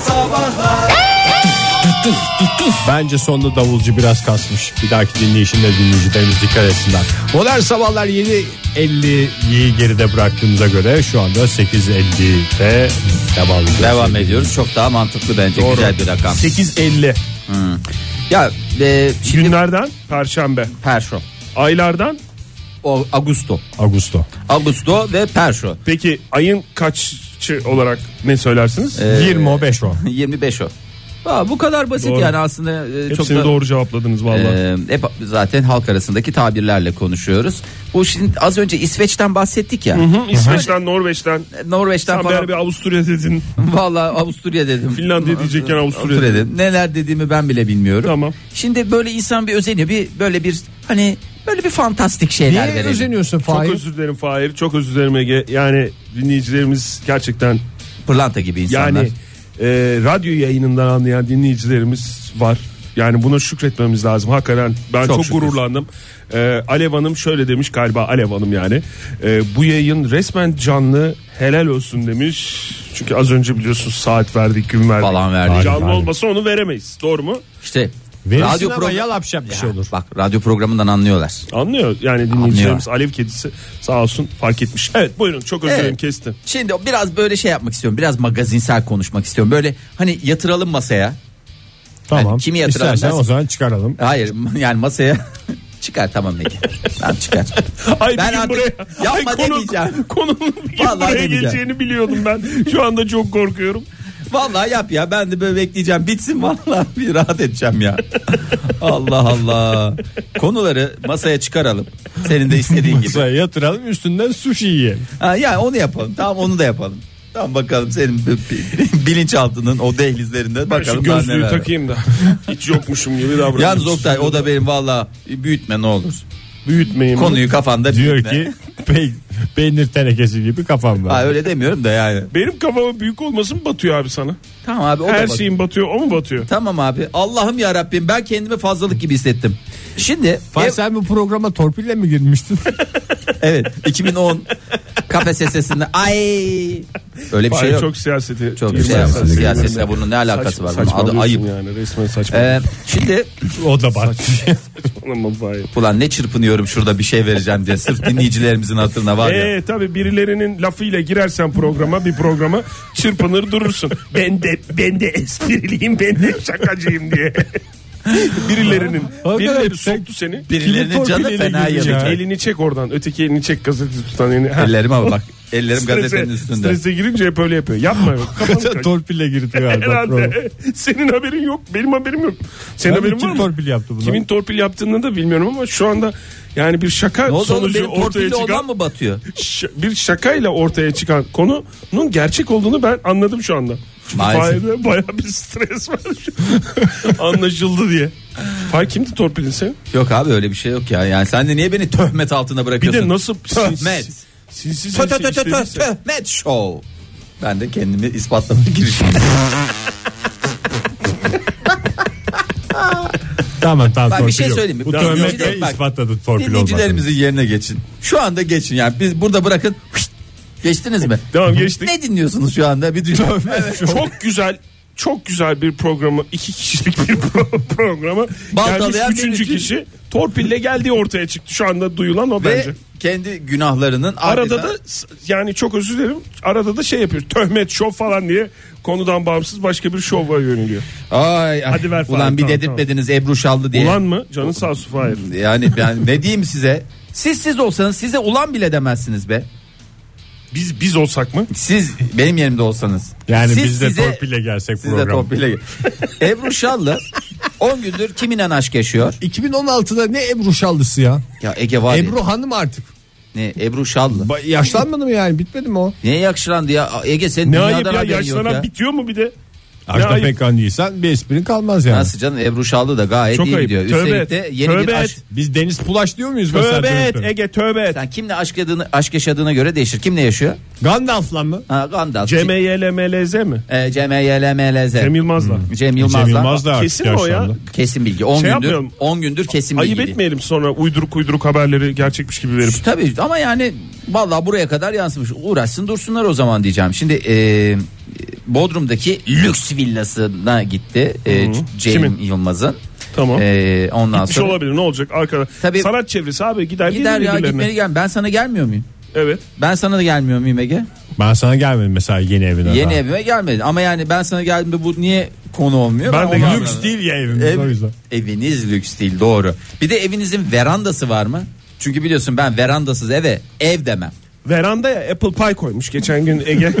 sabahlar Bence sonda davulcu biraz kasmış. Bir dahaki dinleyişinde dinleyicilerimiz dikkat etsinler. Modern Sabahlar 7.50'yi geride bıraktığımıza göre şu anda 8.50'de devam ediyoruz. Devam ediyoruz. Çok daha mantıklı bence. Doğru. Güzel bir rakam. 8.50 Ya e, şimdi günlerden perşembe Perşo. aylardan O, Augusto. Ağustos. Augusto ve Perşo. peki ayın kaççı olarak ne söylersiniz? Ee, 25 o. 25 o. Aa, bu kadar basit Doğru. yani aslında e, çok Hepsini da doğru cevapladınız vallahi. Ee, hep zaten halk arasındaki tabirlerle konuşuyoruz. Bu şimdi az önce İsveç'ten bahsettik ya. Hı, İsveç'ten, Norveç'ten. Norveç'ten Sen falan. bir Avusturya dedin. Vallahi Avusturya dedim. Finlandiya diyecekken Avusturya dedim. Neler dediğimi ben bile bilmiyorum. Tamam. Şimdi böyle insan bir özeniyor. Bir böyle bir hani böyle bir fantastik şeyler Niye verelim. özeniyorsun Çok Fahir? özür dilerim Fahir. Çok özür dilerim Ege. Yani dinleyicilerimiz gerçekten Pırlanta gibi insanlar. yani e, radyo yayınından anlayan dinleyicilerimiz var. Yani buna şükretmemiz lazım hakikaten. Ben Çok çok, şükür. gururlandım. E, Alev Hanım şöyle demiş galiba Alev Hanım yani. E, bu yayın resmen canlı helal olsun demiş. Çünkü az önce biliyorsunuz saat verdik gün verdik. Falan verdik. Hani Canlı Verdik. olmasa onu veremeyiz. Doğru mu? İşte Verirsin radyo ama programı yalapşap bir şey olur. Bak radyo programından anlıyorlar. Anlıyor yani dinleyicilerimiz Alev kedisi sağ olsun fark etmiş. Evet buyurun çok özür Evet. dilerim kestim. Şimdi biraz böyle şey yapmak istiyorum. Biraz magazinsel konuşmak istiyorum. Böyle hani yatıralım masaya. Tamam. Yani kimi yatıralım İstersen dersin? o zaman çıkaralım. Hayır yani masaya çıkar tamam Ege. Tamam çıkar. Ay Ben bir gün artık buraya yapma ay, konu- demeyeceğim. Konunun bir gün Vallahi buraya demeyeceğim. geleceğini biliyordum ben. Şu anda çok korkuyorum. Vallahi yap ya ben de böyle bekleyeceğim bitsin vallahi bir rahat edeceğim ya. Allah Allah. Konuları masaya çıkaralım. Senin de istediğin gibi. Masaya yatıralım üstünden sushi yiyelim. Ha, yani onu yapalım tamam onu da yapalım. Tamam bakalım senin bi- bi- bilinçaltının o dehlizlerinden Ben şu bakalım daha gözlüğü neler. var. takayım da hiç yokmuşum gibi davranıyorum. Yalnız Oktay o da benim valla büyütme ne olur. büyütmeyeyim. Konuyu kafanda Diyor büyütme. ki "Pey- peynir tenekesi gibi kafam Ha, var. öyle demiyorum da yani. Benim kafama büyük olması mı batıyor abi sana? Tamam abi o da Her bak- şeyin batıyor o mu batıyor? Tamam abi. Allah'ım ya Rabbim ben kendimi fazlalık gibi hissettim. Şimdi Fahir ev- sen bu programa torpille mi girmiştin? evet 2010 KPSS'sinde ay öyle bir şey Hayır, yok. çok siyaseti. Çok bir şey Girmez yapmaz. siyasete Siyasetle girmez. bunun ne alakası Saçma- var? Bunun Saçmalıyorsun adı ayıp. yani resmen saçma. Ee, şimdi o da bak. Ulan vay. ulan ne çırpınıyorum şurada bir şey vereceğim diye sırf dinleyicilerimizin hatırına var ya. Ee, tabii birilerinin lafıyla girersen programa bir programa çırpınır durursun. ben de ben de espriliyim ben de şakacıyım diye. birilerinin Hakikaten birileri sen- soktu seni. Birilerinin kimin canı torpiliyle fena girmiş yanacak. Elini çek oradan. Öteki elini çek gazete tutan elini. Ha. Ellerim ama bak ellerim gazetenin Strese- üstünde. Strese girince hep öyle yapıyor. Yapma. Kafanı kaç. torpille girdi galiba. program. Herhalde. Senin haberin yok. Benim haberim yok. Senin Abi haberin kim var mı? torpil yaptı bunu? Kimin torpil yaptığını da bilmiyorum ama şu anda yani bir şaka Ne oldu oğlum sonucu benim ortaya torpilli çıkan olan mı batıyor? Ş- bir şakayla ortaya çıkan konunun gerçek olduğunu ben anladım şu anda. Çünkü Maalesef. Fahir'de baya bir stres var. Anlaşıldı diye. Fahir kimdi torpilin senin? Yok abi öyle bir şey yok ya. Yani sen de niye beni töhmet altına Bir bırakıyorsun? de nasıl Töhmet. sinsi sinsi Tö- tö- sinsi tö- tö- tö- işlediyse. Töhmet show. Ben de kendimi ispatlamaya girişim. Tamam Bak bir tamam torpil şey yok. söyleyeyim mi? Bu Tamam, tövmet dinleyiciler- de bak, ispatladı torpil olmadığını. Dinleyicilerimizin yerine geçin. Şu anda geçin yani biz burada bırakın. Hışt! Geçtiniz mi? Tamam geçtik. Ne dinliyorsunuz şu anda? Bir düşünün. Çok güzel çok güzel bir programı iki kişilik bir pro- programı gelmiş Baltalayan bir üçüncü bütün- kişi torpille geldiği ortaya çıktı şu anda duyulan o Ve bence kendi günahlarının arada ardına- da s- yani çok özür dilerim arada da şey yapıyor töhmet şov falan diye konudan bağımsız başka bir şova yöneliyor ay, ay. Hadi ver Fahir, ulan bir tamam, dedirtmediniz Ebru Şallı diye. ulan mı canın sağ olsun hayır Yani ben ne diyeyim size? Siz siz olsanız size ulan bile demezsiniz be. biz biz olsak mı Siz benim yerimde olsanız. Yani siz, biz de size- torpille gelsek Siz de program. torpille. Ebru Şallı 10 gündür kiminle aşk yaşıyor? 2016'da ne Ebru Şallısı ya? Ya Ege var. ya. Ebru Hanım artık. Ne Ebru Şallı. Ba- Yaşlanmadı mı yani? Bitmedi mi o? Neye yakışlandı ya? Ege sen ne dünyadan ayıp ya haberin yok yaşlanan ya. bitiyor mu bir de Ajda ayıp. Pekkan değilsen bir esprin kalmaz yani. Nasıl canım Ebru Şallı da gayet Çok iyi ayıp. gidiyor. Tövbe Üstelik et. de yeni Tövbe bir et. aşk. Biz Deniz Pulaş diyor muyuz tövbe mesela? et Ege tövbe et Sen kimle aşk adını aşk yaşadığına göre değişir. Kimle yaşıyor? Gandalf'la mı? Ha, Gandalf. Ceme yelemeleze mi C- e, Cem Eyelemeleze. Hmm. Cem Yılmaz'la Cem Cem Yılmaz'la. Yılmaz da artık Kesin o ya. yaşlandı. Kesin bilgi. 10 Şey gündür. yapmıyorum. 10 gündür kesin ayıp bilgi. etmeyelim sonra uyduruk uyduruk haberleri gerçekmiş gibi verip Tabii ama yani vallahi buraya kadar yansımış. Uğraşsın dursunlar o zaman diyeceğim. Şimdi e, Bodrum'daki lüks villasına gitti. E, Cem Kimin? Yılmaz'ın. Tamam. E, ondan Gitmiş sonra şey olabilir ne olacak arkada. Tabii- Sanat çevresi abi gider gider gelir ya birbirlerine. gitmeli gel. Ben sana gelmiyor muyum? Evet. Ben sana da gelmiyor muyum Ege? Ben sana gelmedim mesela yeni evine. Yeni daha. evime gelmedi. Ama yani ben sana geldim bu niye konu olmuyor? Ben de onu geldim. anlamadım. Lüks değil ya evimiz Ev- o yüzden. eviniz lüks değil doğru. Bir de evinizin verandası var mı? Çünkü biliyorsun ben verandasız eve ev demem. Verandaya apple pie koymuş geçen gün Ege.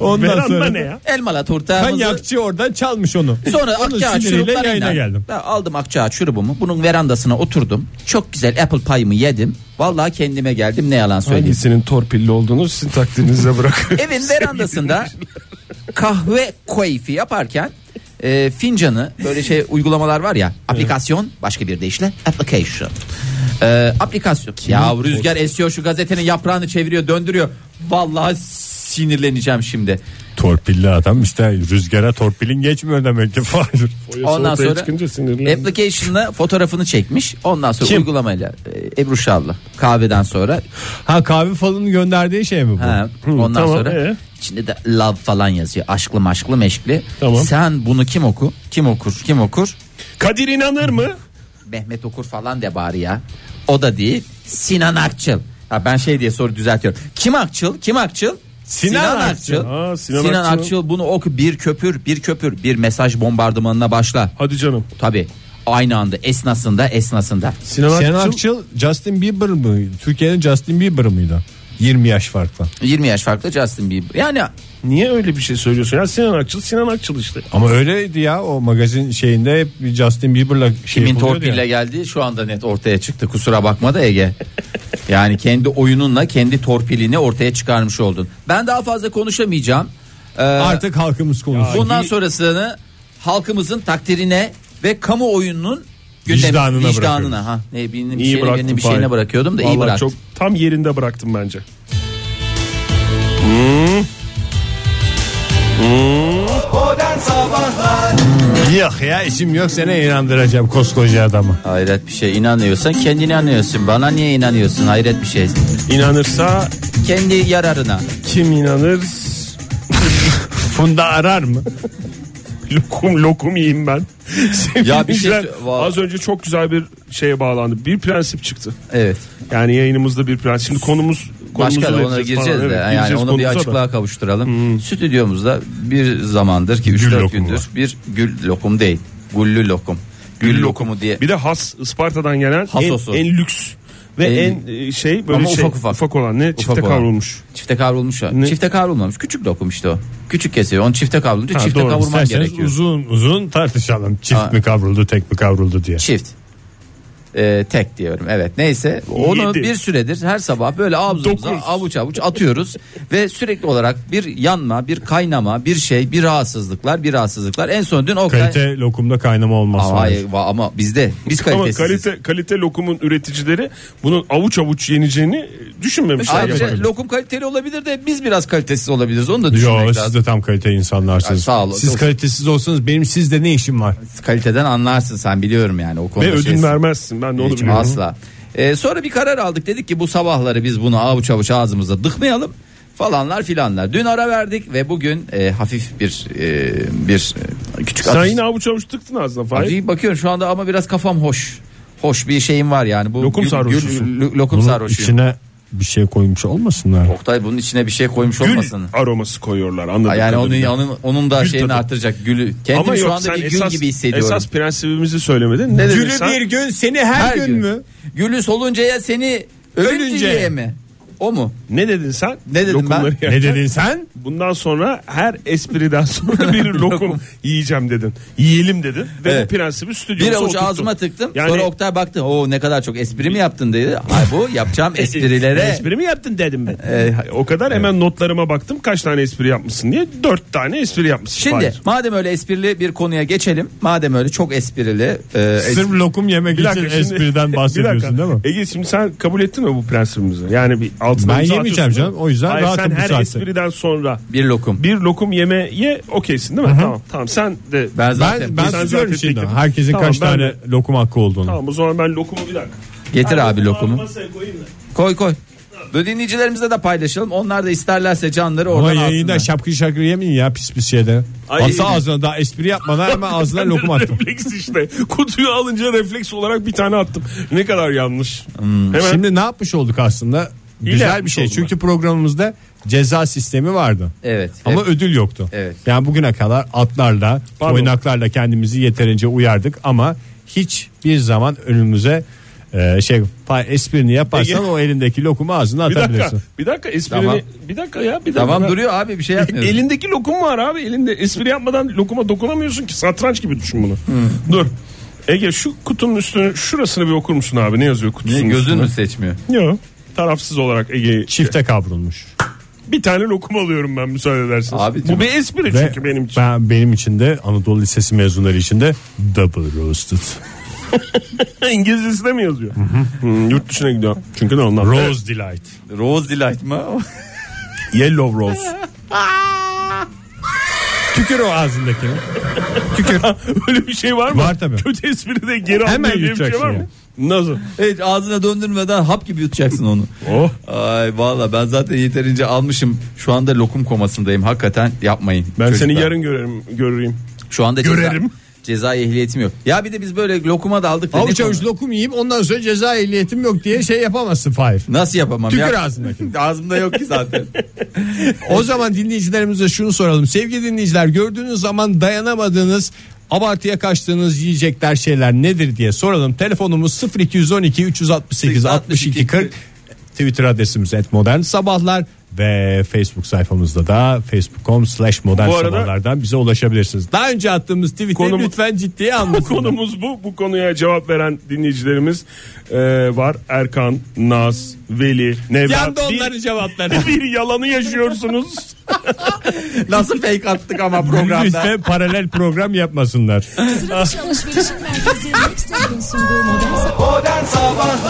Ondan Veranda sonra- ne ya? Elmalı turtamızı Kanyakçı oradan çalmış onu. Sonra Onun akçaağaç siniriyle şuruplarıyla yayına geldim. Ben aldım akçaağaç şurubumu. Bunun verandasına oturdum. Çok güzel apple pie'ımı yedim. Vallahi kendime geldim ne yalan söyleyeyim. Hangisinin torpilli olduğunu sizin takdirinize bırakıyorum. Evin verandasında kahve keyfi yaparken e, fincanı böyle şey uygulamalar var ya aplikasyon başka bir deyişle application. E, aplikasyon. Ya rüzgar esiyor şu gazetenin yaprağını çeviriyor döndürüyor. Vallahi sinirleneceğim şimdi. Torpilli adam işte rüzgara torpilin geçmiyor demek ki. Hayır. Ondan ortaya sonra çıkınca sinirlendim. application'la fotoğrafını çekmiş. Ondan sonra Kim? uygulamayla e, Ebru Şallı kahveden sonra Ha kahve falının gönderdiği şey mi bu? Ha, ondan tamam, sonra ee? içinde de love falan yazıyor. Aşklı maşklı meşkli. Tamam. Sen bunu kim oku? Kim okur? Kim okur? Kadir inanır mı? Mehmet okur falan de bari ya. O da değil. Sinan Akçıl. Ha, ben şey diye soru düzeltiyorum. Kim Akçıl? Kim Akçıl? Sinan Akçıl. Aa, Sinan Sinan, Akçıl. Akçıl. bunu oku bir köpür bir köpür bir mesaj bombardımanına başla. Hadi canım. Tabi aynı anda esnasında esnasında. Sinan, Sinan Akçıl- Akçıl Justin Bieber mı? Türkiye'nin Justin Bieber mıydı? 20 yaş farkla. 20 yaş farklı Justin Bieber. Yani Niye öyle bir şey söylüyorsun? Ya Sinan Akçıl Sinan Akçıl işte. Ama öyleydi ya o magazin şeyinde hep bir Justin Bieber'la şey Kimin yapılıyordu torpille ya. geldiği şu anda net ortaya çıktı. Kusura bakma da Ege. Yani kendi oyununla kendi torpilini ortaya çıkarmış oldun. Ben daha fazla konuşamayacağım. Ee, Artık halkımız konuşuyor. bundan sonrasını halkımızın takdirine ve kamuoyunun gündemi- Vicdanına bırakıyoruz. vicdanına ha ne bileyim bir İyi şeyine, bıraktın bir şeyine Fahir. bırakıyordum da iyi Vallahi bıraktım. Çok tam yerinde bıraktım bence. Yok ya işim yok seni inandıracağım koskoca adamı. Hayret bir şey inanıyorsan kendine inanıyorsun. Bana niye inanıyorsun? Hayret bir şey. İnanırsa Kendi yararına. kim inanır? Funda arar mı? Lokum lokum yiyeyim ben. Ya bir şey- Sevgili dinleyiciler, az önce çok güzel bir şeye bağlandı. Bir prensip çıktı. Evet. Yani yayınımızda bir prensip. Şimdi konumuz konumuza Başka da ona vereceğiz gireceğiz falan. de Evet, yani gireceğiz Hmm. onu bir konumuza da. açıklığa kavuşturalım. Stüdyomuzda bir zamandır ki Gül 3-4 lokumu gündür var. bir gül lokum değil. Güllü lokum. Gül, Gül lokumu diye. Bir de has Isparta'dan gelen Hasosu. en, en lüks ve en, En- e, şey böyle Ama şey, ufak ufak. olan ne Ufak çifte olan. kavrulmuş. Çifte kavrulmuş. o. Ne? Çifte kavrulmamış. Küçük lokum işte o. Küçük kesiyor. Onu çifte kavrulunca Ha, çifte doğru. kavurman İsterseniz gerekiyor. uzun uzun tartışalım. Çift Aa. mi kavruldu tek mi kavruldu diye. Çift. Ee, tek diyorum evet neyse onu Yedi. bir süredir her sabah böyle ağzımıza Dokuz. avuç avuç atıyoruz ve sürekli olarak bir yanma bir kaynama bir şey bir rahatsızlıklar bir rahatsızlıklar en son dün o kay- Kalite lokumda kaynama olmaz. Aa, hayır, va- ama bizde biz Ama kalitesiziz. kalite kalite lokumun üreticileri bunun avuç avuç yeneceğini e, düşünmemişler. Ayrıca yani. lokum kaliteli olabilir de biz biraz kalitesiz olabiliriz. Onu da düşünmek Yo siz lazım. de tam kalite insanlarsınız. Ay, sağ olun. Siz kalitesiz olsanız benim sizde ne işim var? Kaliteden anlarsın sen biliyorum yani o konuda. Ve ödün şeysin. vermezsin. Ben de onu Hiç biliyorum. Asla. Ee, sonra bir karar aldık dedik ki bu sabahları biz bunu avuç avuç ağzımıza dıkmayalım falanlar filanlar. Dün ara verdik ve bugün e, hafif bir e, bir e, küçük Sen atış- yine avuç avuç tıktın ağzına Fahir. Abi bakıyorum şu anda ama biraz kafam hoş. Hoş bir şeyim var yani. Bu Lokum gül- sarhoşusun. gül- lo- lokum Bunun sarhoşuyum. içine bir şey koymuş olmasınlar. Oktay bunun içine bir şey koymuş Gül olmasın. aroması koyuyorlar anladım. Ha yani onun, onun, onun da Gül şeyini tadı. arttıracak gülü. Kendimi Ama şu yok, anda sen bir gül esas, gibi hissediyorum. Esas prensibimizi söylemedin. Ne dedin sen? gün seni Her gün. Gülü soluncaya seni Ölünceye. ölünceye mi? O mu? Ne dedin sen? Ne dedim ben? Lokumları yerken. Ne dedin sen? Bundan sonra her espriden sonra bir lokum yiyeceğim dedin. Yiyelim dedin. Ve Evet. bu prensibi stüdyomuza Bir avuç oturttun. ağzıma tıktım. Yani Sonra Oktay baktı. O ne kadar çok espri mi yaptın dedi. Ay bu yapacağım esprilere. E, espri mi yaptın dedim ben. o kadar hemen notlarıma baktım kaç tane espri yapmışsın diye. Dört tane espri yapmışsın. Şimdi Fahir. madem öyle esprili bir konuya geçelim. Madem öyle çok esprili. e, es- Sırf lokum yemek Bir için dakika şimdi- espriden bir bahsediyorsun dakika. değil mi? Ege şimdi sen kabul ettin mi bu prensibimizi? Yani bir altına Ben imza yemeyeceğim atıyorsun değil canım. mi? O yüzden Hayır, rahatım sen bu her saatte. espriden sonra bir lokum. bir lokum yemeye okeysin değil mi? Tamam tamam sen de Ben E, zaten bir- Ben, şey ben sen tutuyorum zaten şimdi. teklif- Herkesin Tamam, kaç ben tane de- lokum hakkı olduğunu. Tamam o zaman ben lokumu bir dakika. getir Ben abi lokumu. Masaya koyayım da. Koy koy. Böyle dinleyicilerimizle de paylaşalım. Onlar da isterlerse canları Ama oradan yayında alsınlar. şapkı şakır yemeyin ya pis pis şeyden. Ay. Atsa ağzına daha espri yapmadan hemen ağzına lokum attım. refleks işte. Kutuyu alınca refleks olarak bir tane attım. Ne kadar yanlış. Hmm. Hemen Şimdi ne yapmış olduk aslında? İyi Güzel bir yapmış şey. olduk. Çünkü programımızda ceza sistemi vardı. şey- Evet. Ama Hep- ödül yoktu. Evet. Yani bugüne kadar atlarla, Pardon. oynaklarla kendimizi yeterince uyardık ama hiçbir zaman önümüze e, şey pa- esprini yaparsan Ege- o elindeki lokumu ağzına bir dakika. atabilirsin. Bir dakika esprini. Tamam. Bir dakika ya bir dakika. Tamam Ben- duruyor abi bir şey yapmıyoruz. Elindeki lokum var abi elinde. Espri yapmadan lokuma dokunamıyorsun ki. Satranç gibi düşün bunu. Hmm. Dur. Ege şu kutunun üstünü şurasını bir okur musun abi? Ne yazıyor kutusunun Niye gözün üstünde? mü seçmiyor? Yok. Tarafsız olarak Ege'yi. Çifte kavrulmuş. Bir tane lokum alıyorum ben müsaade ederseniz. Abi Bu canım. bir espri Ve çünkü benim için. Ben, benim için de Anadolu Lisesi mezunları için de double roasted. İngilizcesi de mi yazıyor? Hmm, yurt dışına gidiyor. Çünkü ne ondan? Rose delight. Rose Delight mı? Yellow Rose. Tükür o ağzındakini. Tükür. Öyle bir şey var mı? Var tabii. Kötü espri de geri Hemen almıyor diye bir şey yutacaksın var mı? ya. Nasıl? evet ağzına döndürmeden hap gibi yutacaksın onu. Oh. Ay valla ben zaten yeterince almışım. Şu anda lokum komasındayım. Hakikaten yapmayın. Ben seni çocuklar. yarın görerim, göreyim. Şu anda ceza, görerim. Ceza ehliyetim yok. Ya bir de biz böyle lokuma daldık. da ne Avuç konu- avuç lokum yiyeyim ondan sonra ceza ehliyetim yok diye şey yapamazsın Fahir. Nasıl yapamam Tükür ya? ağzındakini. Ağzımda yok ki zaten. O zaman dinleyicilerimize şunu soralım. Sevgili dinleyiciler gördüğünüz zaman dayanamadığınız abartıya kaçtığınız yiyecekler şeyler nedir diye soralım. Telefonumuz 0212 368 62 40 Twitter adresimiz et modern sabahlar ve Facebook sayfamızda da facebook.com slash modern Bu arada- sabahlardan bize ulaşabilirsiniz. Daha önce attığımız tweet'i Konum- lütfen ciddiye alın. Konumuz bu. Bu konuya cevap veren dinleyicilerimiz e, var. Erkan, Naz, Veli, Nevra. Yandı Bir- onların cevapları. bir yalanı yaşıyorsunuz. Nasıl fake attık ama programda. Lütfen paralel program yapmasınlar. Sıra dışı alışverişin merkezi Next'in sunduğu modern sabah.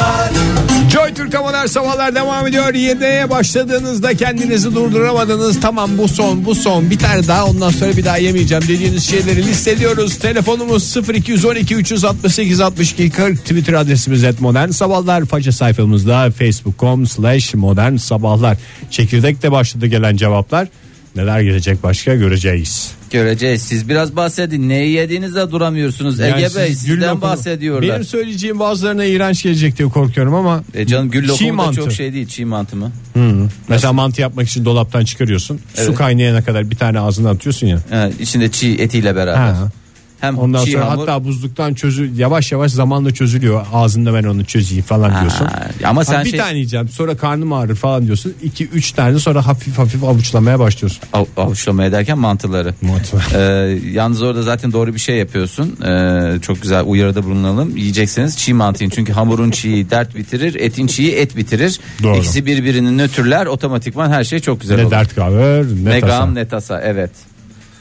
Joy Türk Modern Sabahlar devam ediyor. Yemeğe başladığınızda kendinizi durduramadınız. Tamam bu son bu son biter daha ondan sonra bir daha yemeyeceğim dediğiniz şeyleri listeliyoruz. Telefonumuz 0212 368 62 40 Twitter adresimiz et modern sabahlar. Faça sayfamızda facebook.com slash modern sabahlar. Çekirdekte başladı gelen cevaplar. Neler gelecek başka göreceğiz. Göreceğiz. Siz biraz bahsedin. Neyi yediğinizde duramıyorsunuz. Ege Yani Bey siz gül sizden lokumu- bahsediyorlar. Benim söyleyeceğim bazılarına iğrenç gelecek diye korkuyorum ama. E canım gül Çiğ lokumu da mantı. çok şey değil. Çiğ mantı mı? Mesela mantı yapmak için dolaptan çıkarıyorsun. Su Evet. kaynayana kadar bir tane ağzına atıyorsun ya. Ha, içinde çiğ etiyle beraber. Ha. Hem Ondan çiğ sonra hamur. hatta buzluktan çözü yavaş yavaş zamanla çözülüyor. Ağzında ben onu çözeyim falan diyorsun. ama sen Ha, bir şey- tane yiyeceğim sonra karnım ağrır falan diyorsun. 2 üç tane sonra hafif hafif avuçlamaya başlıyorsun. Av- avuçlamaya derken mantıları. Mantı. Ee, yalnız orada zaten doğru bir şey yapıyorsun. Ee, çok güzel uyarıda bulunalım. Yiyeceksiniz çiğ mantıyın. Çünkü hamurun çiği dert bitirir, etin çiği et bitirir. Doğru. İkisi birbirini nötrler. Otomatikman her şey çok güzel Ne olur. dert kalır ne, ne tasa. gam ne tasa. Evet.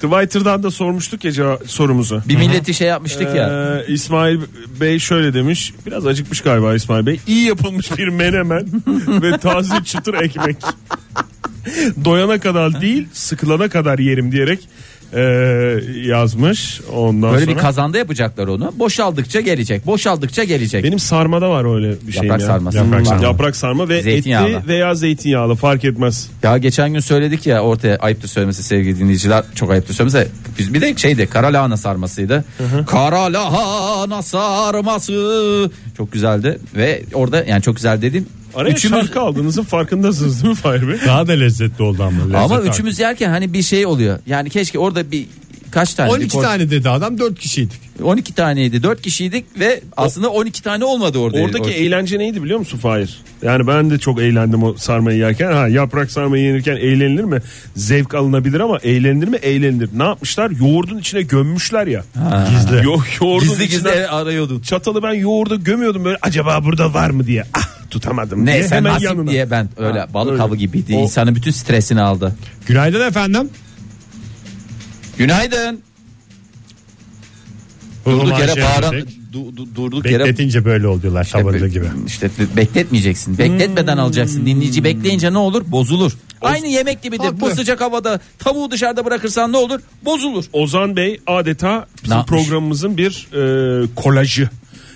Twitter'dan da sormuştuk ya cevap- sorumuzu. Bir milleti şey yapmıştık ya. Ee, İsmail Bey şöyle demiş. Biraz acıkmış galiba İsmail Bey. İyi yapılmış bir menemen ve taze çıtır ekmek. Doyana kadar değil, sıkılana kadar yerim diyerek ee, yazmış. Ondan Böyle sonra bir kazanda yapacaklar onu. Boşaldıkça gelecek. Boşaldıkça gelecek. benim sarmada var öyle bir şey. Yaprak sarması. Yaprak, Hmm. sarma. Var. Yaprak sarma ve Zeytinyağlı. etli veya zeytinyağlı fark etmez. Ya geçen gün söyledik ya ortaya ayıptır söylemesi sevgili dinleyiciler çok ayıptır söylemesi. Biz bir de şeydi kara lahana sarmasıydı. Kara lahana sarması çok güzeldi ve orada yani çok güzel dedim. Araya şarkı aldığınızın farkındasınız değil mi Fahir Bey? Daha da lezzetli oldu ama. lezzet Ama artık. üçümüz yerken hani bir şey oluyor. Yani keşke orada bir kaç tane 12 tane dedi adam 4 kişiydik. 12 taneydi. 4 kişiydik ve aslında 12 tane olmadı orada. Oradaki Orada- eğlence neydi biliyor musun Fahir? Yani ben de çok eğlendim o sarmayı yerken. Ha yaprak sarmayı yenirken eğlenilir mi? Zevk alınabilir ama eğlenilir mi? Eğlenilir. Ne yapmışlar? Yoğurdun içine gömmüşler ya. Gizli. Yo- yoğurdun gizli gizli içine- arıyordun. Çatalı ben yoğurda gömüyordum böyle acaba burada var mı diye. Ah tutamadım diye Neyse hemen nasip yanına. diye ben öyle Ha, balık öyle. avı gibiydi. O- İnsanın bütün stresini aldı. Günaydın efendim. Günaydın. Durduk yere bağıran du- du- durduk yere Bekletince böyle oluyorlar sabırlı Be- gibi. İşte bekletmeyeceksin. Bekletmeden alacaksın. Dinleyici bekleyince ne olur? Bozulur. Aynı yemek gibidir. Bu Haklı. sıcak havada tavuğu dışarıda bırakırsan ne olur? Bozulur. Ozan Bey adeta Ne bizim yapmış? programımızın bir e, kolajı.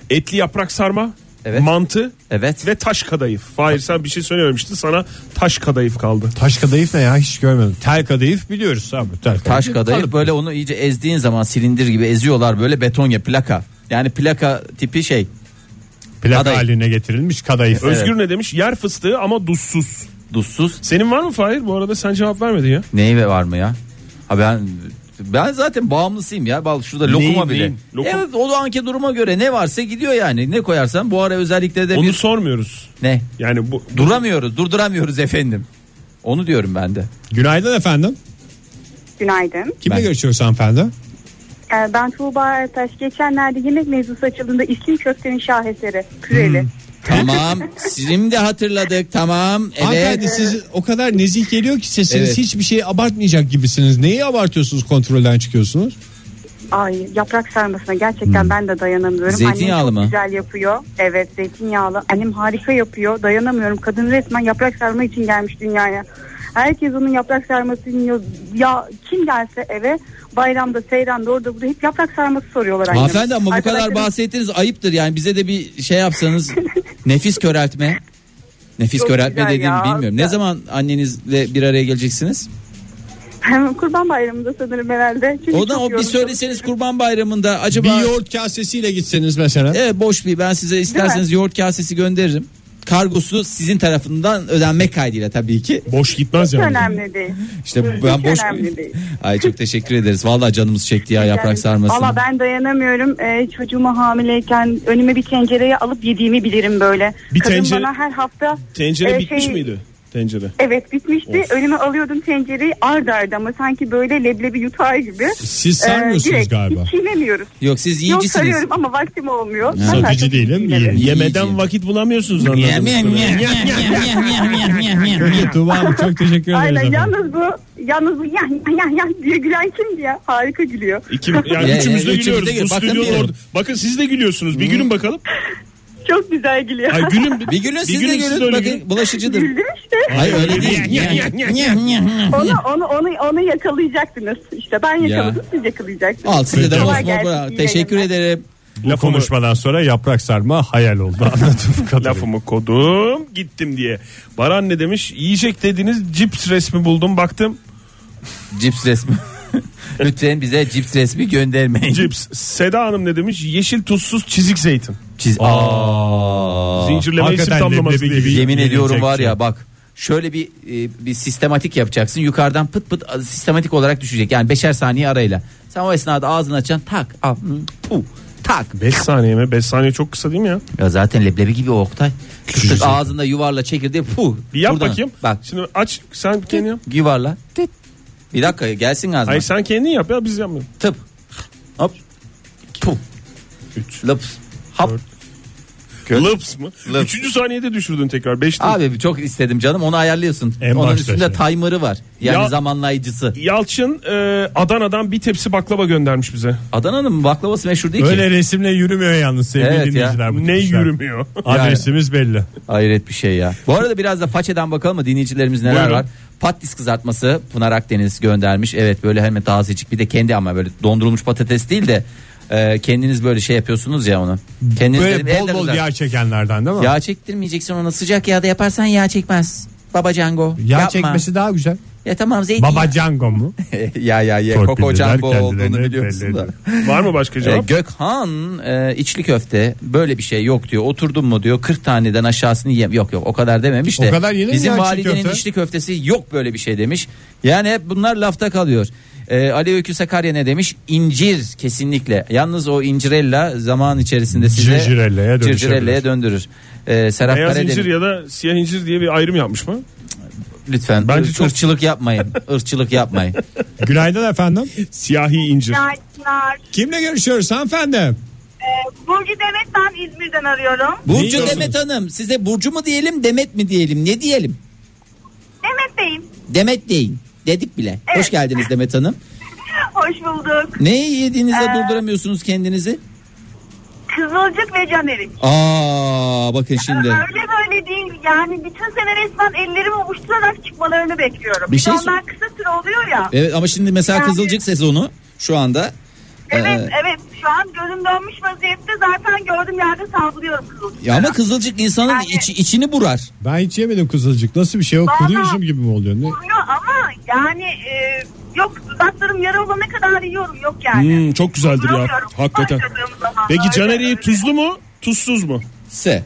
Etli yaprak sarma, Evet. mantı Evet. ve taş kadayıf. Fahir sen bir şey söylememiştin sana taş kadayıf kaldı. Taş kadayıf ne ya hiç görmedim. Tel kadayıf biliyoruz abi. Tel Taş kadayıf böyle onu iyice ezdiğin zaman silindir gibi eziyorlar böyle betonya plaka. Yani plaka tipi şey. Plak kadayıf. haline getirilmiş kadayıf. Özgür ne demiş? Yer fıstığı ama duzsuz. Duzsuz. Senin var mı Fahir? Bu arada sen cevap vermedin ya. Neyi var mı ya? Ha ben ben zaten bağımlısıyım ya. Bal şurada lokuma Neyin, bile. neyin? Lokum. Evet o da anki duruma göre ne varsa gidiyor yani. Ne koyarsan bu ara özellikle de Onu bir sormuyoruz. ne? Yani bu Duramıyoruz, durduramıyoruz efendim. Onu diyorum ben de. Günaydın efendim. Günaydın. Kimle Ben- görüşüyoruz hanımefendi? Ee, Ben Tuğba Ertaş. Geçenlerde yemek mevzusu açıldığında İslim Köfte'nin şaheseri Hmm. Küreli. Tamam. Şimdi hatırladık. Tamam. Hanımefendi Evet. siz o kadar nezih geliyor ki sesiniz Evet. hiçbir şey abartmayacak gibisiniz. Neyi abartıyorsunuz kontrolden çıkıyorsunuz? Ay yaprak sarmasına gerçekten ben de dayanamıyorum. Hmm. Zeytinyağlı Annem mı? çok güzel yapıyor. Evet zeytinyağlı. Annem harika yapıyor. Dayanamıyorum. Kadın resmen yaprak sarma için gelmiş dünyaya. Herkes onun yaprak sarmasını yiyor. Ya kim gelse eve bayramda, seyranda orada burada hep yaprak sarması soruyorlar annem. Hanımefendi ama bu kadar Arkadaşlarım- bahsettiğiniz ayıptır. Yani bize de bir şey yapsanız nefis köreltme. Nefis Çok köreltme güzel dediğim ya. bilmiyorum. Ne zaman annenizle bir araya geleceksiniz? Kurban bayramında sanırım herhalde. Çünkü O da çok o bir yoruldum. söyleseniz Kurban Bayramı'nda acaba Bir yoğurt kasesiyle gitseniz mesela. Evet boş bir ben size isterseniz yoğurt kasesi gönderirim. Kargosu sizin tarafından ödenme kaydıyla tabii ki. boş gitmez Hiç yani. önemli değil. İşte Hiç ben boş önemli değil. Ay çok teşekkür ederiz. Vallahi canımız çekti ya yaprak sarması. Valla ben dayanamıyorum. Ee, çocuğumu hamileyken önüme bir tencereye alıp yediğimi bilirim böyle. Bir Kadın tencere- bana her hafta... Tencere e, bitmiş şey- miydi? Tencere. Evet bitmişti. Önüme alıyordum tencereyi ard arda ama sanki böyle leblebi yutar gibi. Siz Ee, sarmıyorsunuz direkt galiba. çiğnemiyoruz. Yok siz Yok yiyicisiniz. sarıyorum ama vaktim olmuyor. Ben Satıcı zaten değilim, çiğnerim. yiyelim. Yemeden İyice. vakit bulamıyorsunuz anladığım kadarıyla. Peki Tuğba Hanım çok teşekkür ederiz. Aynen efendim. yalnız bu yalnız bu yah yah yah yah diye gülen kimdi ya? Harika gülüyor. İki, yani Ya, üçümüz de ya, üçümüz gülüyoruz. de gülüyor. Bu Bakın stüdyonun diyorum. orada- Bakın siz de gülüyorsunuz. Bir gülün bakalım. Çok güzel gülüyor. Ay gülün. Bir gülün siz de siz gülün. öyle Bakın bulaşıcıdır. Güldüm işte. Hayır öyle Ya, ya, ya, değil. Onu, onu, onu, onu yakalayacaktınız. İşte ben yakaladım siz yakalayacaksınız. Al size de Kolay mosmor gelsin, bırak. iyi Teşekkür yayınlar. ederim. Bu konuşmadan sonra yaprak sarma hayal oldu anladığım kadarıyla. Lafımı kodum gittim diye. Baran ne demiş? Yiyecek dediğiniz cips resmi buldum baktım. Cips resmi. Lütfen bize cips resmi göndermeyin. Cips. Seda Hanım ne demiş? Yeşil tuzsuz çizik zeytin. Çiz- Aa. Zincirleme isim hakikaten tamlaması leblebi diye bir- gibi. Yemin Yenilecek ediyorum var şey. ya bak. Şöyle bir e, bir sistematik yapacaksın. Yukarıdan pıt pıt a, sistematik olarak düşecek. Yani beşer saniye arayla. Sen o esnada ağzını açacaksın. Tak. Al. hı, pu, tak. 5 saniye mi? 5 saniye çok kısa değil mi ya? Ya zaten leblebi gibi Oktay. Tık tık ağzında yuvarla çekirdeği pu. Bir yap Buradan- bakayım. Bak Şimdi aç sen kendin yap. yuvarla. Tık. Bir dakika gelsin ağzına. Hayır sen kendin yap ya biz yapmıyoruz. Tıp. Hop. Pu. 3. Lıps. Hop. Lıps mı? 3. saniyede düşürdün tekrar. 5'te. Abi çok istedim canım onu ayarlıyorsun. En Onun başta üstünde timer'ı var. Yani şey. Ya- zamanlayıcısı. Yalçın e, Adana'dan bir tepsi baklava göndermiş bize. Adana'nın baklavası meşhur değil ki. Öyle resimle yürümüyor yalnız sevgili Evet ya. dinleyiciler. bu Ne işler. yürümüyor. Adresimiz belli. Hayret bir şey ya. Bu arada biraz da façeden bakalım mı dinleyicilerimiz neler Buyurun. var. Patates kızartması Pınar Akdeniz göndermiş. Evet böyle hemen tazecik bir de kendi ama böyle dondurulmuş patates değil de e, kendiniz böyle şey yapıyorsunuz ya onu. Kendiniz dedim, Böyle bol elden bol uzak. yağ çekenlerden değil mi? Yağ, Yağ çektirmeyeceksin ona sıcak yağda yaparsan yağ çekmez. Baba Cango. yapma. çekmesi daha güzel. Ya tamam zeytinyağı. Baba Cango mu? ya ya ya Torpilliler Coco Jumbo olduğunu kendilerini biliyorsun belli da. ediyor. Var mı başka E, cevap? Gökhan e, içli köfte böyle bir şey yok diyor. Oturdum mu diyor 40 taneden aşağısını yem. Yok yok o kadar dememiş de. O kadar yenir mi Bizim ya içli validenin köfte? içli köftesi yok böyle bir şey demiş. Yani hep bunlar lafta kalıyor. E, Ali Öykü Sakarya ne demiş? İncir kesinlikle. Yalnız o incirella zaman içerisinde size Cicirella'ya dönüşebilir. cicirella'ya döndürür. E, Serap Beyaz Karadeniz incir ya da siyah incir diye bir ayrım yapmış mı? lütfen Bence ır- çok- ırkçılık yapmayın. Irkçılık yapmayın. Günaydın efendim. Siyahi incir. Günaydınlar. Kimle görüşüyoruz hanımefendi? Burcu Demet ben İzmir'den arıyorum. Neyi Burcu diyorsunuz? Demet Hanım size Burcu mu diyelim Demet mi diyelim ne diyelim? Demet Bey'im. Demet deyin. Dedik bile. Hoş geldiniz Demet Hanım. Hoş bulduk. Neyi yediğinizde Ee, durduramıyorsunuz kendinizi? Kızılcık ve canerik. Aa bakın şimdi. Öyle böyle değil. Yani bütün sene resmen ellerimi ovuşturarak çıkmalarını bekliyorum. Bir Bir şey Onlar kısa süre oluyor ya. Evet ama şimdi mesela Kızılcık sezonu şu anda. Evet, Ee, evet. şu an. Gözüm dönmüş vaziyette zaten gördüğüm yerde salgılıyorum kızılcıkları. Ya ama kızılcık insanın Yani- içi- içini burar. Ben hiç yemedim kızılcık. Nasıl bir şey o? Vallahi- Kuru üzüm gibi mi oluyor? Ne? Oluyor ama yani e, yok dudaklarım yara olana kadar yiyorum yok yani. Hmm, çok güzeldir ya. Duramıyorum. Hakikaten. Başladığım zaman Peki öyle caneriyi öyle. tuzlu mu? Tuzsuz mu? S.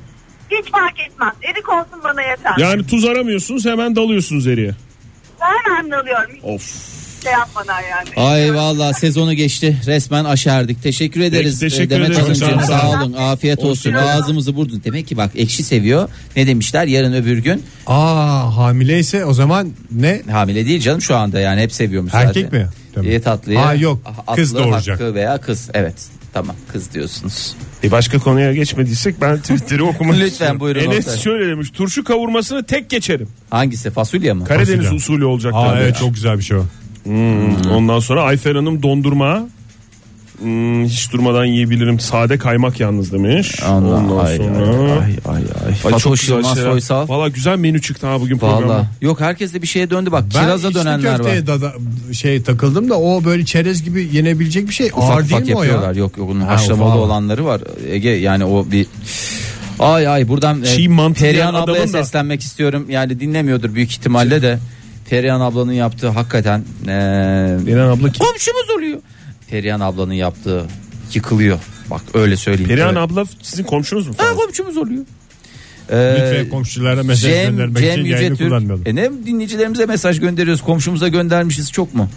Hiç fark etmez. Erik olsun bana yeter. Yani tuz aramıyorsunuz hemen dalıyorsunuz eriye. Ben hemen alıyorum. Hiç Of. şey yapmadan yani. Ay vallahi sezonu geçti. Resmen aşerdik. Teşekkür ederiz Peki, teşekkür e, Demet ederiz. Hanımcığım. Sağ Sağ olun. olun. Afiyet olsun. Hoşçakalın. Ağzımızı burdun. Demek ki bak ekşi seviyor. Ne demişler? Yarın öbür gün Aa hamileyse o zaman ne? hamile değil canım şu anda yani hep seviyormuş Erkek zaten. mi? Tabii. Ye tatlıya. Aa, yok. Kız atlı, doğuracak. hakkı veya kız. Evet. Tamam kız diyorsunuz. Bir E, başka konuya geçmediysek ben Twitter'ı okumak Lütfen istiyorum. buyurun Enes Oktay. şöyle demiş. Turşu kavurmasını tek geçerim. Hangisi? Fasulye mi? Karadeniz Fasulye. usulü olacak. Aa tabii. evet çok güzel bir şey o. Hmm, Ondan sonra Ayfer Hanım dondurma. Hmm, hiç durmadan yiyebilirim. Sade kaymak yalnız demiş. Ondan ay, sonra. Ay ay ay. ay. Ay, çok Fatoş güzel şey Yılmaz şeyler. Soysal. Valla güzel menü çıktı ha bugün Valla. programda. Yok herkes de bir şeye döndü bak. Ben Kiraza içli dönenler var. köfteye dada- şey takıldım da o böyle çerez gibi yenebilecek bir şey. Ufak Ağır ufak değil mi o yapıyorlar. ya? Yok yok onun Ha, haşlamalı ufak. olanları var. Ege yani o bir Ay ay buradan e, Çiğ mantı Perihan diyen ablaya adamın da- seslenmek istiyorum. Yani dinlemiyordur büyük ihtimalle de. Perihan ablanın yaptığı hakikaten e, Perihan abla kim? komşumuz oluyor. Perihan ablanın yaptığı yıkılıyor. Bak öyle söyleyeyim. Perihan Evet. abla sizin komşunuz mu? Ha, falan? komşumuz oluyor. Lütfen Ee, komşulara mesaj Cem, göndermek Cem için Yüce yayını Türk. kullanmayalım. E ne dinleyicilerimize mesaj gönderiyoruz. Komşumuza göndermişiz çok mu?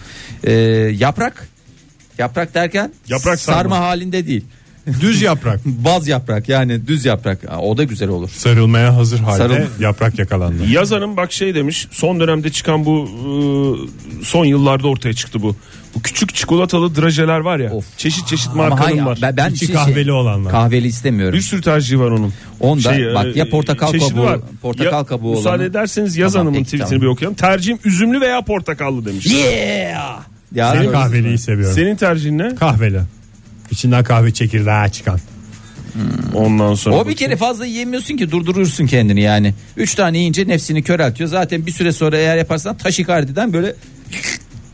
Ee, yaprak. Yaprak derken Yaprak sarma. halinde değil. Düz yaprak. Baz yaprak yani düz yaprak. Aa, o da güzel olur. Sarılmaya hazır halde Sarıl- yaprak yakalandı. Yaz Hanım bak şey demiş. Son dönemde çıkan bu e, son yıllarda ortaya çıktı bu. Bu küçük çikolatalı drajeler var ya. Of. Çeşit çeşit Ama markanın hayır, var. ben, ben İçi şey- kahveli olanlar. Kahveli istemiyorum. Bir sürü tercihi var onun. Onda Şey, bak ya e, portakal çeşidi kabuğu, var. portakal Ya, kabuğu Müsaade olanı. ederseniz Yaz Tamam, Hanım'ın peki, tweetini tamam. bir okuyalım. Tercihim üzümlü veya portakallı demiş. Yeah! Ya Ben gördünüz mü? kahveliyi seviyorum. Senin tercihin ne? Kahveli. İçinden kahve çekirdeği çıkan. Ondan sonra. O bir kere fazla yiyemiyorsun ki durdurursun kendini yani. Üç tane yiyince nefsini köreltiyor. Zaten bir süre sonra eğer yaparsan taşikardiden böyle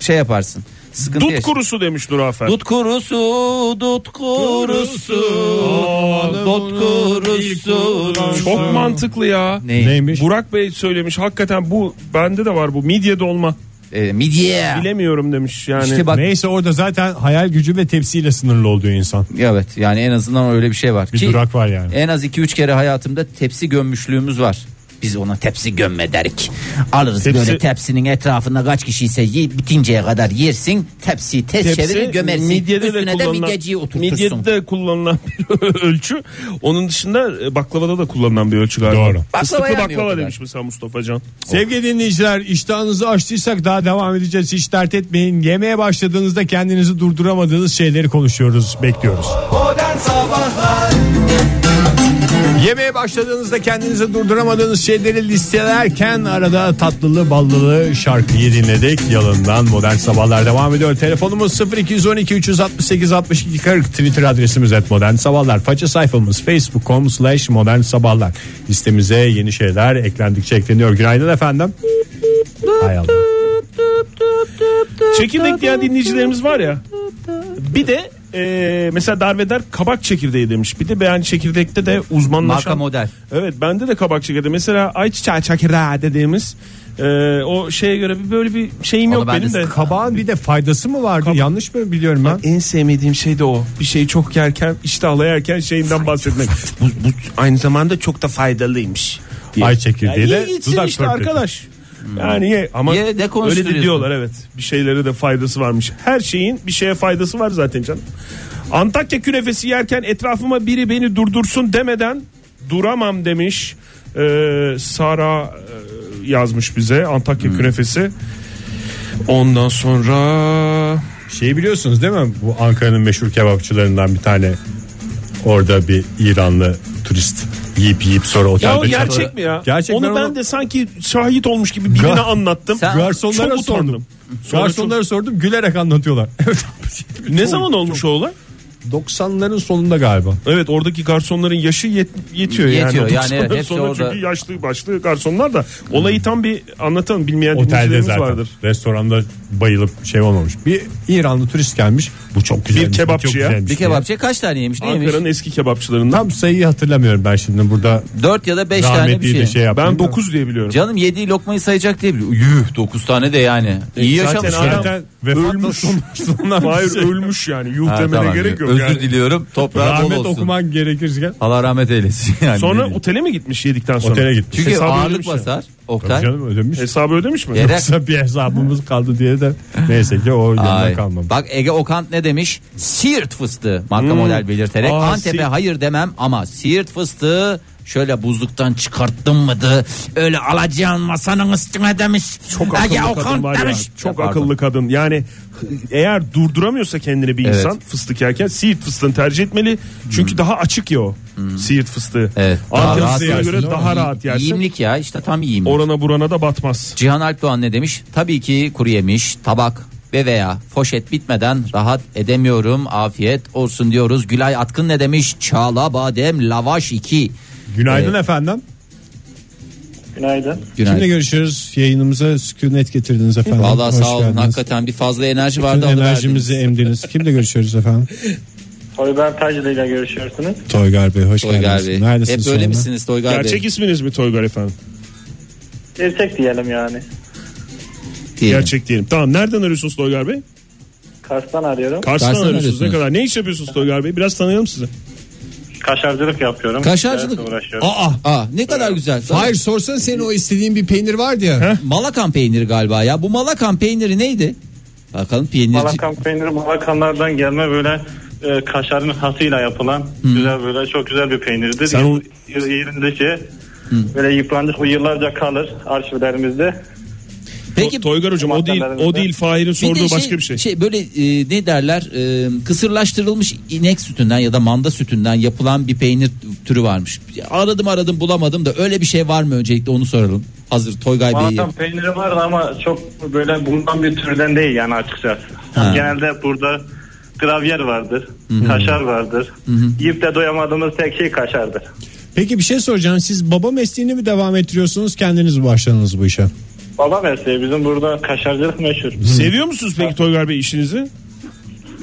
şey yaparsın. Sıkıntı Dut yaşa- kurusu demiş Nurafer. Dut kurusu, dut kurusu, dut kurusu. Çok mantıklı ya. Ne? Neymiş? Burak Bey söylemiş hakikaten bu bende de var bu midye dolma Ee, midye. bilemiyorum demiş yani. İşte bak Neyse orada zaten hayal gücü ve tepsiyle sınırlı olduğu insan. evet yani en azından öyle bir şey var. Bir Ki E- durak var yani. En az 2-3 kere hayatımda tepsi gömmüşlüğümüz var. Biz ona tepsi gömme derik. Alırız Tepsi- böyle tepsinin etrafında kaç kişiyse yiyip bitinceye kadar yersin. Tepsiyi ters çevirir gömersin. midyede de Üstüne de kullanılan- midyeciyi oturtursun. midyede de kullanılan bir ölçü. Onun dışında e, baklavada da kullanılan bir ölçü galiba. Doğru. Baklava Fıstıklı yani o baklava kadar. demiş mesela Mustafa Can. Sevgili dinleyiciler iştahınızı açtıysak daha devam edeceğiz. Hiç dert etmeyin. Yemeğe başladığınızda kendinizi durduramadığınız şeyleri konuşuyoruz. Bekliyoruz. Yemeğe başladığınızda kendinizi durduramadığınız şeyleri listelerken arada tatlılı ballılı şarkıyı dinledik. Yalından modern sabahlar devam ediyor. Telefonumuz 0212 368 62 40 Twitter adresimiz et modern sabahlar. Faça sayfamız facebook.com slash modern sabahlar. Listemize yeni şeyler eklendikçe ekleniyor. Günaydın efendim. Hay Allah. Çekirdek diyen dinleyicilerimiz var ya. Bir de e, mesela darveder kabak çekirdeği demiş. Bir de beğen çekirdekte de uzmanlaşan. Marka model. Evet bende de kabak çekirdeği. Mesela ayçiçeği çekirdeği dediğimiz e, o şeye göre bir böyle bir şeyim Onu yok ben de benim de. Kabağın bir de faydası mı vardı? Yanlış mı biliyorum ben? En sevmediğim şey de o. Bir şeyi çok yerken, iştahla yerken şeyinden bahsetmek. bu, bu aynı zamanda çok da faydalıymış. diye. Ay çekirdeği Ya de iyi gitsin dudak Hmm. işte pörtü. arkadaş. Yani ye ama Ye, ne öyle konuşturuyorsun? de diyorlar evet. Bir şeylere de faydası varmış. Her şeyin bir şeye faydası var zaten canım. Antakya künefesi yerken etrafıma biri beni durdursun demeden duramam demiş. Ee, Sara e, yazmış bize Antakya Hmm. künefesi. Ondan sonra Şeyi biliyorsunuz değil mi? Bu Ankara'nın meşhur kebapçılarından bir tane orada bir İranlı turist yiyip yiyip sonra Ya otelde o gerçek mi ya? Gerçek Onu ben ben onu- de sanki şahit olmuş gibi birine Ga- anlattım. Sen- Garsonlara Çok utandım. sordum. Garsonlara sordum gülerek anlatıyorlar. Evet. Ne zaman olmuş o olay? 90'ların sonunda galiba. Evet oradaki garsonların yaşı yet- yetiyor, Yetiyor yani. yani, evet, hepsi sonra orada. Çünkü yaşlı başlı garsonlar da olayı tam bir anlatalım. Bilmeyen Otelde dinleyicilerimiz zaten. vardır. Restoranda bayılıp şey olmamış. Bir İranlı turist gelmiş. Bu çok güzelmiş. bu kebapçı çok ya. güzelmiş Bir diye. kebapçı kaç tane yemiş neymiş? Ankara'nın eski kebapçılarından. Tam sayıyı hatırlamıyorum ben şimdi burada. 4 ya da 5 tane bir Rahmetliyi şey. de şey yaptım. Ben 9 diye biliyorum. Canım yediği lokmayı sayacak diye biliyor. Yuh 9 tane de yani. İyi E, zaten yaşamış. adam- yani. Zaten vefatla Ölmüş. sonuçlanmış. Hayır ölmüş yani. Yuh Ha, demene tamam. gerek yok Özür yani. diliyorum. Toprağı bol Rahmet olsun. okuman gerekirken. Allah rahmet eylesin. Yani Sonra ne bileyim. otele mi gitmiş yedikten sonra? Otele gitmiş. çünkü hesabı şey. ağırlık ödemiş ya. basar. Tabii Oktay. canım ödemiş. Hesabı ödemiş mi? Yere- Yoksa bir hesabımız kaldı diye de neyse ki o yanına Ay. kalmamış. Bak Ege Okant ne demiş? Siirt fıstığı marka model belirterek Hmm. Aa, Antep'e Siirt. hayır demem ama Siirt fıstığı şöyle buzluktan çıkarttım mıdı? Öyle alacağın masanın üstüne demiş. Çok akıllı Ege kadın Okant var ya. demiş. Çok Pardon. akıllı kadın. Yani eğer durduramıyorsa kendini bir Evet. Hmm. insan fıstık yerken Siirt fıstığını tercih etmeli. Çünkü daha açık ya o. Siirt fıstığı. Evet. Antep rahat fıstığına yersin, göre değil mi? daha rahat yersin. Yiyimlik ya işte tam yiyimlik. Orana burana da batmaz. Cihan Alpdoğan ne demiş? Tabii ki kuru yemiş, tabak ve veya foşet bitmeden rahat edemiyorum. Afiyet olsun diyoruz. Gülay Atkın ne demiş? Çağla badem lavaş 2. Günaydın efendim. Günaydın. Kimle e, Günaydın. görüşürüz? Yayınımıza sükunet getirdiniz efendim. Vallahi Hoş sağ olun geldiniz. hakikaten bir fazla enerji Bütün vardı. onu verdiniz. enerjimizi emdiniz. Kimle görüşüyoruz efendim? Toygar Taclı ile görüşüyorsunuz. Toygar Bey hoş Toygar geldiniz. Bey. Neredesiniz Hep şu böyle anda? misiniz Toygar Gerçek Bey? isminiz mi Toygar efendim? Gerçek diyelim yani. Diyelim. Gerçek diyelim. Tamam nereden arıyorsunuz Toygar Bey? Kars'tan arıyorum. Kars'tan, Kars'tan arıyorsunuz. Ne arıyorsunuz. kadar? Ne iş yapıyorsunuz Toygar Bey? Biraz tanıyalım sizi. Kaşarcılık yapıyorum. Kaşarcılık. Ticaretle uğraşıyorum. Aa, aa, ne kadar güzel. Hayır sorsan senin o istediğin bir peynir vardı ya. Malakan peyniri galiba ya. Bu malakan peyniri neydi? Bakalım peynirci. Malakan peyniri Malakanlardan gelme böyle e, kaşarın hasıyla yapılan güzel böyle çok güzel bir peynirdir. Sen o- Y- Yerindeki böyle yıprandık bu yıllarca kalır E, arşivlerimizde. Peki Toygar hocam o değil o değil Fahir'in Bir de sorduğu başka bir şey. böyle e, ne derler e, kısırlaştırılmış inek sütünden ya da manda sütünden yapılan bir peynir türü varmış. Aradım aradım bulamadım da öyle bir şey var mı öncelikle onu soralım. Hazır Toygay Bey'i. Malakan peyniri var ama çok böyle bundan bir türden değil yani açıkçası. Ha. Genelde burada gravyer vardır, kaşar vardır. Yiyip de doyamadığımız tek şey kaşardır. Peki bir şey soracağım. Siz baba mesleğini mi devam ettiriyorsunuz kendiniz mi başladınız bu işe? Baba mesleği bizim burada kaşarcılık meşhur. Seviyor musunuz peki Toygar Bey işinizi?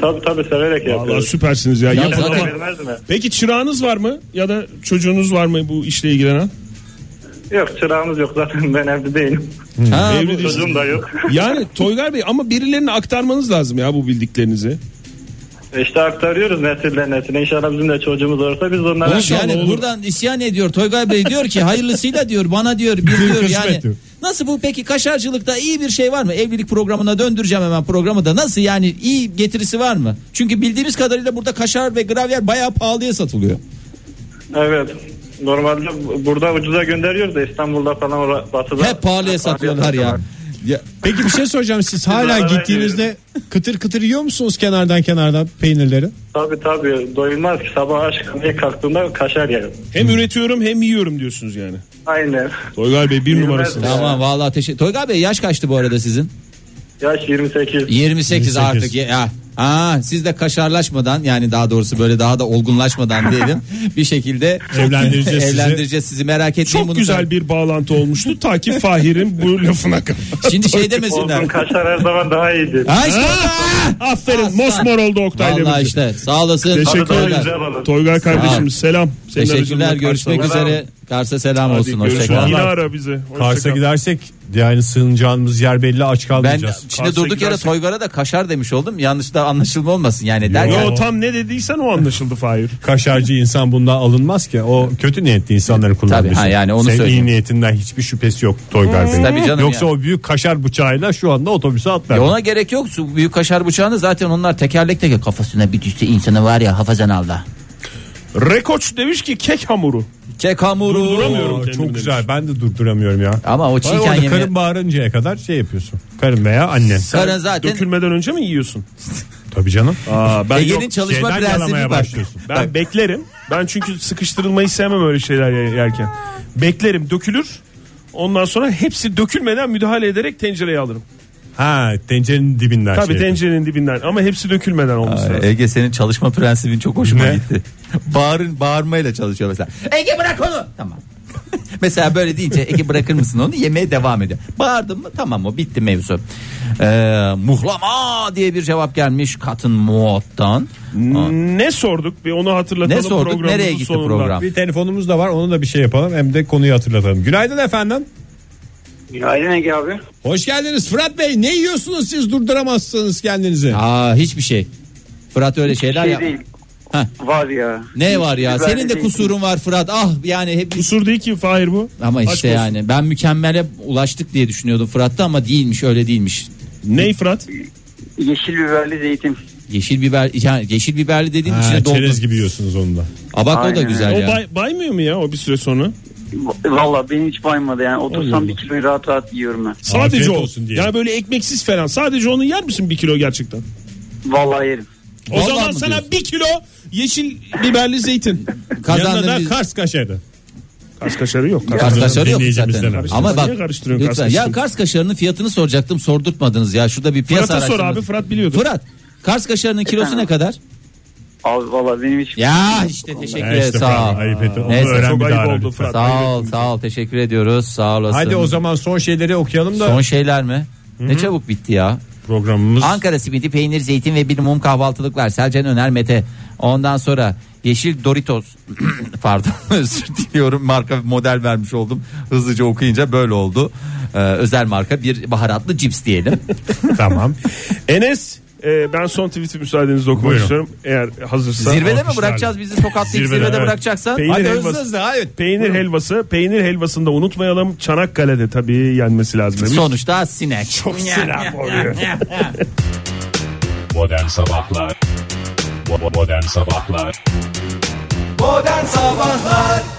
Tabii tabii severek Vallahi yapıyoruz. süpersiniz ya. Ya Yapın zaten- ama- Sevilmez mi? Peki çırağınız var mı? Ya da çocuğunuz var mı bu işle ilgilenen? Yok çırağımız yok zaten ben evde değilim. Ha, Evli değilsiniz. Çocuğum da yok. Yani Toygar Bey ama birilerine aktarmanız lazım ya bu bildiklerinizi. E işte aktarıyoruz nesiller nesline. İnşallah bizim de çocuğumuz olursa biz onlara... Oğlum yani buradan isyan ediyor Toygay Bey diyor ki hayırlısıyla diyor bana diyor bir diyor kısmet yani. diyor. Nasıl bu peki kaşarcılıkta iyi bir şey var mı? Evlilik programına döndüreceğim hemen programı da nasıl yani iyi getirisi var mı? Çünkü bildiğimiz kadarıyla burada kaşar ve gravyer bayağı pahalıya satılıyor. Evet. Normalde burada ucuza gönderiyoruz da İstanbul'da falan ora- batıda... Hep pahalıya satıyorlar ya. ya. Peki bir şey soracağım. Siz hala beraber gittiğinizde kıtır kıtır yiyor musunuz kenardan kenardan peynirleri? Tabii tabii doyulmaz ki sabah aşkım diye kalktığımda kaşar yerim. Hem üretiyorum hem yiyorum diyorsunuz yani. Aynen. Toygar Bey bir Bilmez numarasınız. ya. Tamam vallahi teşekkür. Toygar Bey yaş kaçtı bu arada sizin? Yaş 28. 28, 28. artık ya. Aa, siz de kaşarlaşmadan yani daha doğrusu böyle daha da olgunlaşmadan diyelim bir şekilde Evlendireceğiz sizi. evlendireceğiz sizi merak etmeyin Çok bunu güzel söyle- bir bağlantı olmuştu ta ki Fahir'in bu lafına kadar. Şimdi şey Olsun demesinler. kaşar her zaman daha iyidir. Ha işte. Aferin mosmor oldu Oktay Valla demek. işte sağ olasın. Teşekkür Tabii daha ederim. güzel olur. Toygar kardeşimiz selam. Senin Teşekkürler aracılığında görüşmek Kars'a- üzere. Kars'a selam Hadi olsun. görüşürüz. Hoşçakalın. Yine ara bizi. Kars'a Hoşçakal. gidersek yani sığınacağımız yer belli aç Ben kalmayacağız. şimdi Kars'a durduk yere gidersek- Toygar'a da kaşar demiş oldum. Yanlış da anlaşılma olmasın yani derken. Yo tam ne dediysen o anlaşıldı Fahir. Kaşarcı insan bundan alınmaz ki. O kötü niyetli insanları kullanmış. Tabii, ha yani onu Senin söyleyeyim. iyi niyetinden hiçbir şüphesi yok Toygar Bey. Tabii canım Yoksa ya. o büyük kaşar bıçağıyla şu anda otobüse atlar. Ya ona gerek yok. Su- Büyük kaşar bıçağını zaten onlar tekerlek teker kafasına bir düşse insanı var ya hafazan alda. Rekoç demiş ki kek hamuru. Kek hamuru. Durduramıyorum Aa, kendimi çok demiş. güzel ben de durduramıyorum ya. Ama o Ay, çiğken orada yemeği. karın bağırıncaya kadar şey yapıyorsun. Karın veya anne. Karın zaten Dökülmeden önce mi yiyorsun? Tabii canım. Aa, ben yok. Ege'nin çalışma şeyden yalamaya prensibi var. başlıyorsun. Ben beklerim. Ben çünkü sıkıştırılmayı sevmem öyle şeyler ye- yerken. Beklerim dökülür. Ondan sonra hepsi dökülmeden müdahale ederek tencereye alırım. Ha tencerenin dibinden. Tabii şey yapıyorsun. tencerenin dibinden ama hepsi dökülmeden olması lazım. Ay, Ege senin çalışma prensibin çok hoşuma Ne? gitti. Bağırın bağırmayla çalışıyor mesela. Ege bırak onu. Tamam. mesela böyle deyince Ege bırakır mısın onu yemeye devam ediyor. Bağırdın mı tamam o bitti mevzu. Ee, muhlama diye bir cevap gelmiş Katın Muat'tan. e, Ne sorduk? Bir onu hatırlatalım. Ne sorduk? programımızın Nereye gitti sonunda. program? Bir telefonumuz da var onu da bir şey yapalım hem de konuyu hatırlatalım. Günaydın efendim. Günaydın Ege abi. Hoş geldiniz Fırat Bey. Ne yiyorsunuz siz durduramazsınız kendinizi? Aa hiçbir şey. Fırat öyle şeyler Şey yap. değil. Heh. Var ya. Ne var ya? Biberli Senin de değil. kusurun var Fırat. Ah yani hep Kusur değil ki Fahir bu. ama Aşk işte olsun. yani ben mükemmele ulaştık diye düşünüyordum Fırat'ta ama değilmiş öyle değilmiş. Ney Fırat? Yeşil biberli zeytin. Yeşil biber yani yeşil biberli dediğin Ha, içine doldu. çerez gibi yiyorsunuz onu da. Aa, bak o da Aynen. güzel O ya. bay, baymıyor mu ya o bir süre sonra? Valla beni hiç baymadı yani. Otursam Allah. bir kiloyu rahat rahat yiyorum ben. Sadece o. olsun diyelim. Yani böyle ekmeksiz falan. Sadece onu yer misin bir kilo gerçekten? Vallahi yerim. O Vallahi zaman mı sana diyorsun? bir kilo yeşil biberli zeytin. Kazandın Yanına da biz- Kars kaşarı. Kars kaşarı yok. Kars Kazanın kaşarı yok dinleyicimizden zaten. karıştırma. Ama bak Niye karıştırıyorsun lütfen. Kars ya kaşarını? Kars kaşarının fiyatını soracaktım sordurtmadınız ya. Şurada bir piyasa Fırat'a sor araştırması. abi Fırat biliyordu. Fırat Kars kaşarının kilosu ne kadar? Abi valla benim hiç... Ya işte teşekkür Ha, ederim. işte sağ bravo, ol. Ayıp etti. Onu Neyse, öğren çok bir ayıp daha ara oldu lütfen. Fırat. Sağ ol, sağ ol. Teşekkür ediyoruz. Sağ olasın. Hadi o zaman son şeyleri okuyalım da Son şeyler mi? Ne çabuk bitti ya. programımız Ankara simidi, peynir, zeytin ve bir mum kahvaltılıklar. Selcan Öner Mete. Ondan sonra yeşil Doritos. Pardon özür diliyorum. Marka model vermiş oldum. Hızlıca okuyunca böyle oldu. Ee, özel marka bir baharatlı cips diyelim. tamam. Enes e, ben son tweet'i müsaadenizle okumak Buyurun. istiyorum. Eğer hazırsan. Zirvede mi Alkışlarla. bırakacağız bizi sokakta zirvede, Zirvede, zirvede evet. bırakacaksan? Peynir Hadi helvası. hızlı hızlı. Hadi. Peynir helvası. Peynir helvasını da unutmayalım. Çanakkale'de tabii yenmesi lazım. demiş. Sonuçta sinek. Çok sinek oluyor. Modern Sabahlar Bo- bo- Modern Sabahlar Modern Sabahlar